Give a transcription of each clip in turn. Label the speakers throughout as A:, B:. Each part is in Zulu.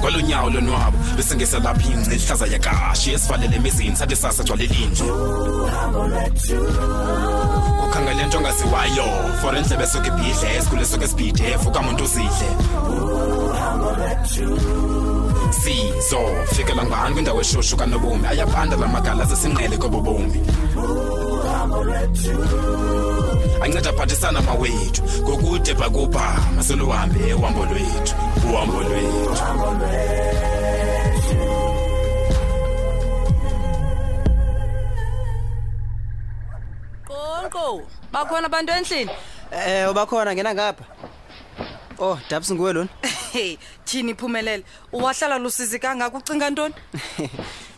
A: kwalonyawo lonwabo bese ngesalapha ingce ihlaza yakashi esivalele emizini sathi sasa gcwale linje ukhangele nto ongaziwayo for endlebe esuke ibhidle esikhule esuke esibhidef ukamuntu uzidle sizo fikela ngubani kwindawo eshushu kanobomi ayabanda la magala zesinqele kobobomi anceda aphathisana mawethu ngokude bhakubha maseluhambe uhambo lwethu uhambo lwethu
B: qonqo bakhona abantu endlini
C: Eh ubakhona ngena ngapha. Oh, Dabs nguwe lona.
B: hey thini iphumelele uwahlala lusizi kangaka ucinga ntoni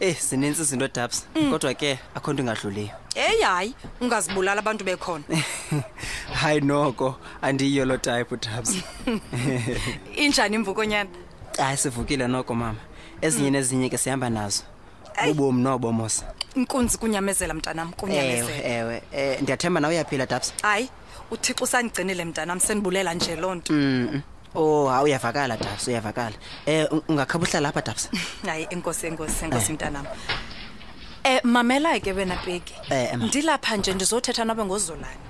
C: Eh sinensi izinto Dabs. Kodwa ke akho nto ingadluliyo.
B: eyi hayi ungazibulala abantu bekhona
C: Hayi noko, andiyo lo type Dabs.
B: injani imvukonyana
C: Hayi sivukile noko mama. Ezinye nezinye ke sihamba nazo. Ubomi nobomosa.
B: inkunzi kunyamezela mntanam
C: Ewe,
B: kunyamezela
C: ewe. Eh ndiyathemba nawe uyaphila Dabs.
B: hayi uthixo usandigcinile mntanam sendibulela nje loo nto
C: Mm. Oh, hayi uyavakala Dabs, uyavakala. Eh un- ungakhaba uhlala apha Dabs.
B: hayi enkosi enkosi enkosi mntanam um mamela ke wena peki
C: Eh, Emma.
B: ndilapha nje ndizothetha nabo ngozolani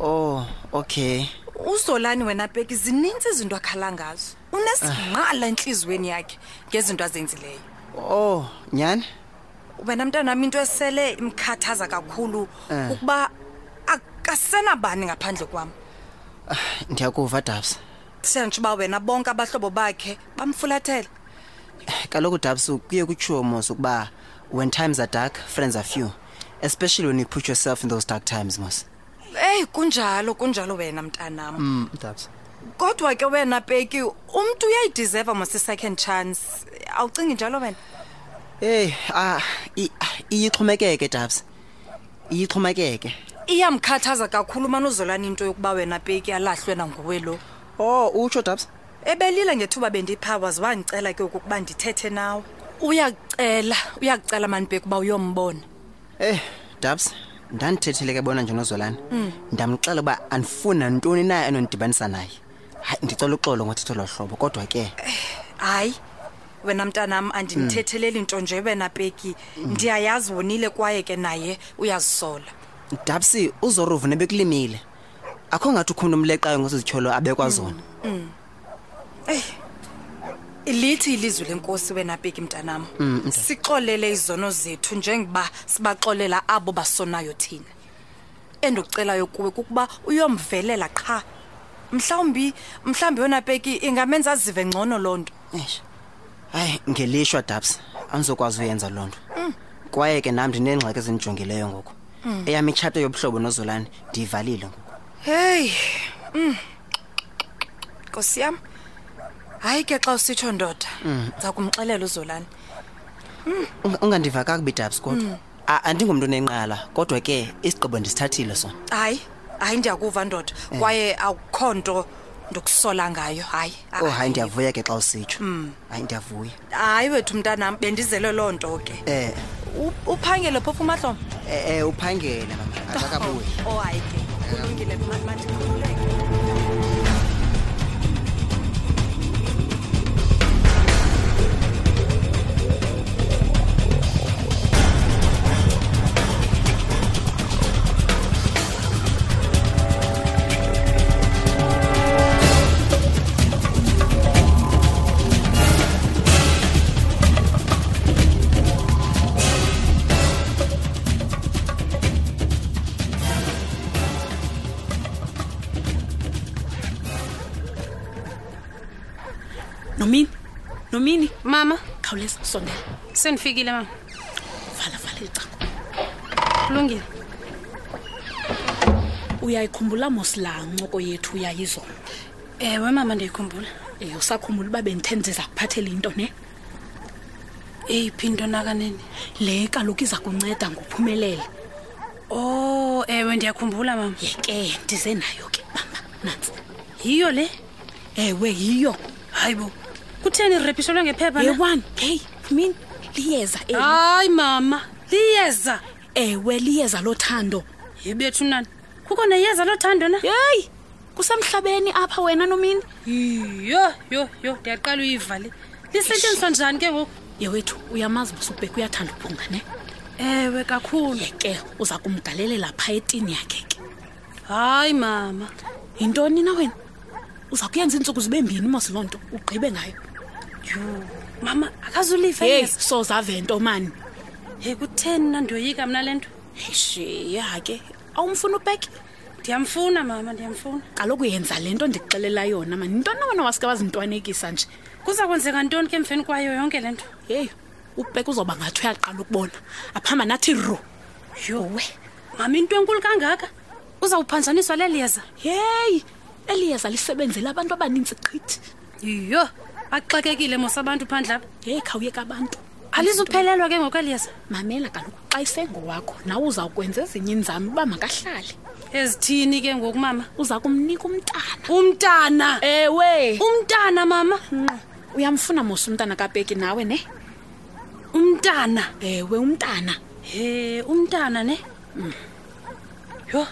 C: Oh, okay.
B: uzolani wena peki zininzi izinto akhala ngazo unesinqala entliziyweni yakhe ngezinto azenzileyo
C: Oh, nyani?
B: wena mntanam into esele imkhathaza kakhulu
C: Eh.
B: ukuba akasenabani ngaphandle kwam
C: Ndiyakuva Dabs.
B: sentsho uba wena bonke abahlobo bakhe bamfulathele
C: kaloku dabs kuye kutshiwo mos ukuba when times are dark friends are few especially when you put yourself in those dark times mos
B: eyi kunjalo kunjalo wena mntanam
C: mm. dabs
B: kodwa ke wena peki umntu uyayidiseva mosisecond chance awucingi njalo wena
C: eyi ah, i- ah, iyixhomekeke dabs iyixhomekeke
B: iyamkhathaza kakhulu umane uzolani into yokuba wena peki alahlwe nanguwe lo
C: oh utsho dabs
B: ebelile ngethuba bendipha waze wandicela ke ukuba ndithethe nawe uyakucela uyakucela manibheki uba uyombona
C: eyi dabs Eh, ndandithethile ke bona njenozolana ndamxela uba andifuni nantoni na enondidibanisa naye hayi ndicela uxolo ngothetho lwa hlobo kodwa ke
B: hayi wena mntanam andindithetheleli nto nje wena peki ndiyayazi wonile kwaye ke naye uyazisola
C: dabs uzoruvu nebekulimile akho ngathi ukhumntu umleqayo ngezityholo abekwa zona
B: lithi ilizwi lenkosi wena peki mntanam
C: Mm, mntanam.
B: sixolele izono zethu njengoba sibaxolela abo basonayo thina endikucelayo kuwe kukuba uyomvelela qha mhlawumbi mhlawumbi yona peki ingamenza azive ngcono loo nto
C: eish hayi ngelishwa dabs andizokwazi uyenza loo nto kwaye ke nam ndineengxaki ezindijongileyo ngoku eyam itshata yobuhlobo nozolane ndiyivalile ngoku
B: heyi mm. nkosi yam hayi ke xa usitsho ndoda
C: Mm.
B: ndiza kumxelela uzolani
C: Unga- ungandiva kakubi dabs kodwa A- andingomntu onenqala kodwa ke isigqibo ndisithathile sona
B: hayi hayi ndiyakuva ndoda
C: Eh.
B: kwaye akukho nto ndikusola ngayo hayi
C: oh hayi ndiyavuya ke xa usitsho hayi ndiyavuya
B: hayi wethu mntanam bendizele loo nto ke
C: eh
B: U- uphangele phofu umahloma
C: eh, eh uphangele mama akakabuyi
B: oh hayi ke kulungile ma- mandikhululeke
D: nomini nomini
E: mama
D: khawuleza sondela
E: sendifikile mama
D: vala vala icango
E: kulungile
D: uyayikhumbula mosilaa ncoko yethu uyayizolo
E: ewe mama ndiyikhumbula
D: um usakhumbula uba bendithe ndiza kuphathela into ne
E: eyiphi into nakanini
D: le kaloku iza kunceda ngophumelele
E: o Oh, ewe ndiyakhumbula mama
D: yeke ndize nayo ke bamba nantsi
E: yiyo le
D: ewe yiyo
E: hayi bo kutheni ndirepishelwe ngephepha Ah, na?
D: yewani heyi mini liyeza eli
E: hayi mama liyeza
D: ewe liyeza lothando
E: yebethu nani kukho neyeza lothando na
D: yeyi usemhlabeni apha wena nomini
E: yho yho yho ndiyaqala uyiva le lisetyenziswa njani ke ngoku
D: yewethu uyamazi uba usubheka uyathanda uphunga ne
E: ewe kakhulu
D: yeke uza kumgalelela phaa etini yakhe ke
E: hayi mama
D: yintoni na wena uza kuyenza iintsuku zibe mbini mos loo nto ugqibe ngayo
E: yho mama akazuliva
D: hey
E: iyeza
D: sozave nto mani
E: ye kutheni nandiyoyika mna le nto
D: shiya ke awumfuna ubheke
E: ndiyamfuna mama ndiyamfuna
D: kaloku yenza le nto ndikuxelela yona mani yintoni na wena wasike wazintwanekisa nje
E: kuza kwenzeka ntoni ke emveni kwayo yonke le nto
D: heyi ubheke uzawuba ngathi uyaqala ukubona aphamba nathi ro
E: yowe mama into enkulu kangaka uzawuphanjaniswa leli yeza
D: yeyi eli yeza lisebenzela abantu abanintsi qithi
E: yho baxakekile mos abantu phandle apha
D: yeyi khawuyeka abantu
E: alizuphelelwa ke ngoku eli yeza
D: mamela kaloku xa isengowakho nawe uzawukwenza ezinye inzame uba makahlale
E: ezithini ke ngoku mama
D: uza kumnika umntana
E: umntana Eh.
D: ewe
E: umntana mama
D: uyamfuna mos umntana kapeki nawe ne
E: umntana
D: ewe umntana
E: he umntana ne Mm. yho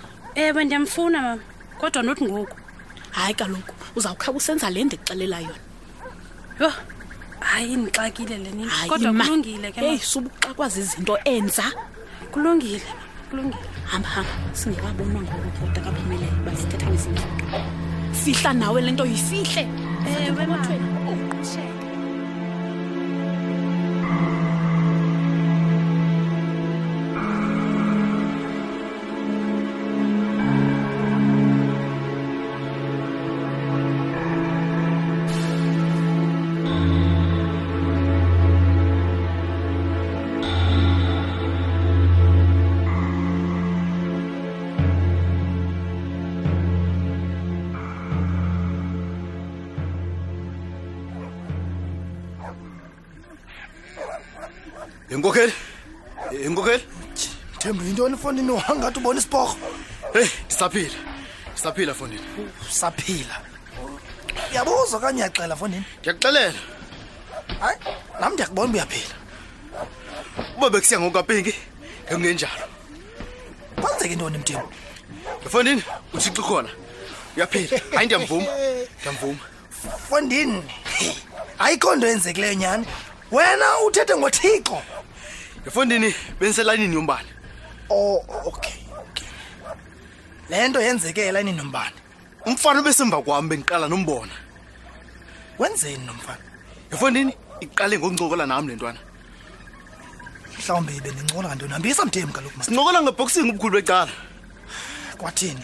E: ewe ndiyamfuna mama kodwa nothi ngoku
D: hayi kaloku uzawukhaba usenza le ndikuxelela yona
E: yho hayi indixakile le nini
D: Hayi,
E: kodwa
D: ma.
E: kulungile ke
D: heyi
E: mama.
D: subuxakwazi izinto enza
E: kulungile mama, kulungile
D: hamba hamba singewabonwa ngokubhuda kaphumelele uba sithetha ngezinto fihla nawe le nto yifihle ewe mothweni
F: yenkokheli yenkokheli
G: thembi yintoni fondini uhangathi ubona isiporho
F: heyi ndisaphila ndisaphila fondini
G: usaphila uyabuza okanye uyaxela fondini
F: ndiyakuxelela
G: hayi nam ndiyakubona uba uyaphila
F: uba bekusiya ngoku kapinki ngekungenjalo
G: kwenzeka intoni mthembu
F: ndifondini utshixo khona uyaphila hayi ndiyamvuma ndiyamvuma
G: fondini ayikho nto yenzekileyo nyhani wena uthethe ngothixo
F: ndifondini bendiselayinini yombane
G: o okay okay. le nto yenzeke elayinini nombane
F: umfana obesemva kwam bendiqala nombona
G: wenzeni nomfana
F: ndifondini iqale ngokuncokola nam le ntwana
G: mhlawumbi bendincola ngantoni hambisa mthembu kaloku ma
F: sincokola ngeboxing ubukhulu becala
G: kwathini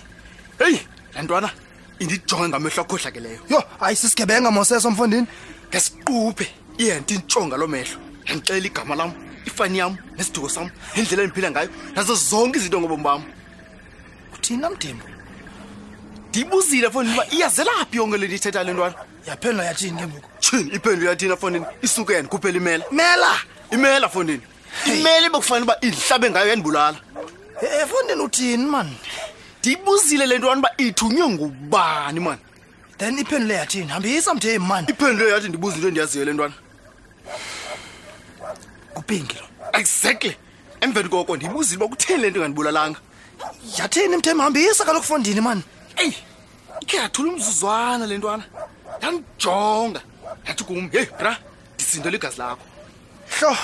F: heyi le ntwana indijonge ngamehlo akhohlakeleyo
G: yho ayisisigebenga moseso mfondini
F: ngesiquphe ihenti intsonga loo mehlo yandixelela igama lam ifani yam nesiduko sam nendlela endiphila ngayo nazo zonke izinto ngobomi bam
G: uthina mthembu
F: ndiyibuzile fowunini uba iyazelaphi yonke le nto ithetha le ntwana
G: yaphendula yathini ke ngoku
F: tshini iphendulo yathina fowunini isuke yandikhuphela imela
G: mela
F: imela fowunini imela ebekufanele uba indihlabe ngayo yandibulala
G: e fondini uthini mani
F: ndiyibuzile le ntwana uba ithunywe ngubani mani
G: then iphendule yathini hambisa mthembu mani
F: iphendulo yathi ndibuze into endiyaziyo le ntwana
G: kupinki lo
F: exactly emveni koko ndiyibuzile uba kutheni le nto ngandibulalanga
G: yathini mthembu hambisa kaloku fondini mani
F: eyi ikhe yathula umzuzwana le ntwana yandijonga yathi kum heyi bra ndisindele igazi lakho
G: hlo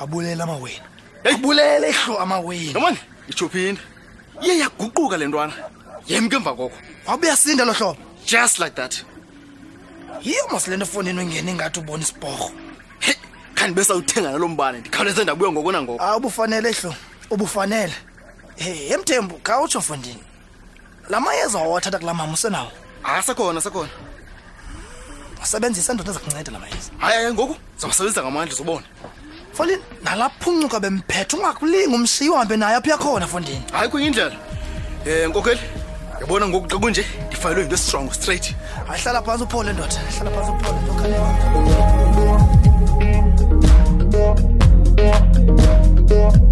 G: wabulela amawena
F: Hey.
G: abulele hlo amawena
F: nomani itshophini iye yaguquka le ntwana yemke emva koko
G: wabe uyasinda lo hlobo
F: just like that
G: yiyo mos le nto fondini ungene ingathi ubona isiporho
F: heyi khandibe sawuthenga nalo mbane ndikhawuleze ndabuya ngoko nangoko
G: aw Ah, ubufanele hlo ubufanele hey emthembu khawutsho fondini la mayeza wawathatha kula mama usenawo
F: hayi asekhona asekhona
G: wasebenzisa ndoda ezakunceda la mayeza
F: hayi hayi ngoku zawusebenzisa ngamandla zobona
G: fondini nalaphuncuka bemphethe ungakulingi umshiyi uhambe naye apho uyakhona fondini
F: hayi kwenye indlela um nkokheli yabona ngoku xa kunje ndifayelwe yinto esitrongo straight
G: ahlala phantsi uphole ndoda hlala phantsi uphole ndoda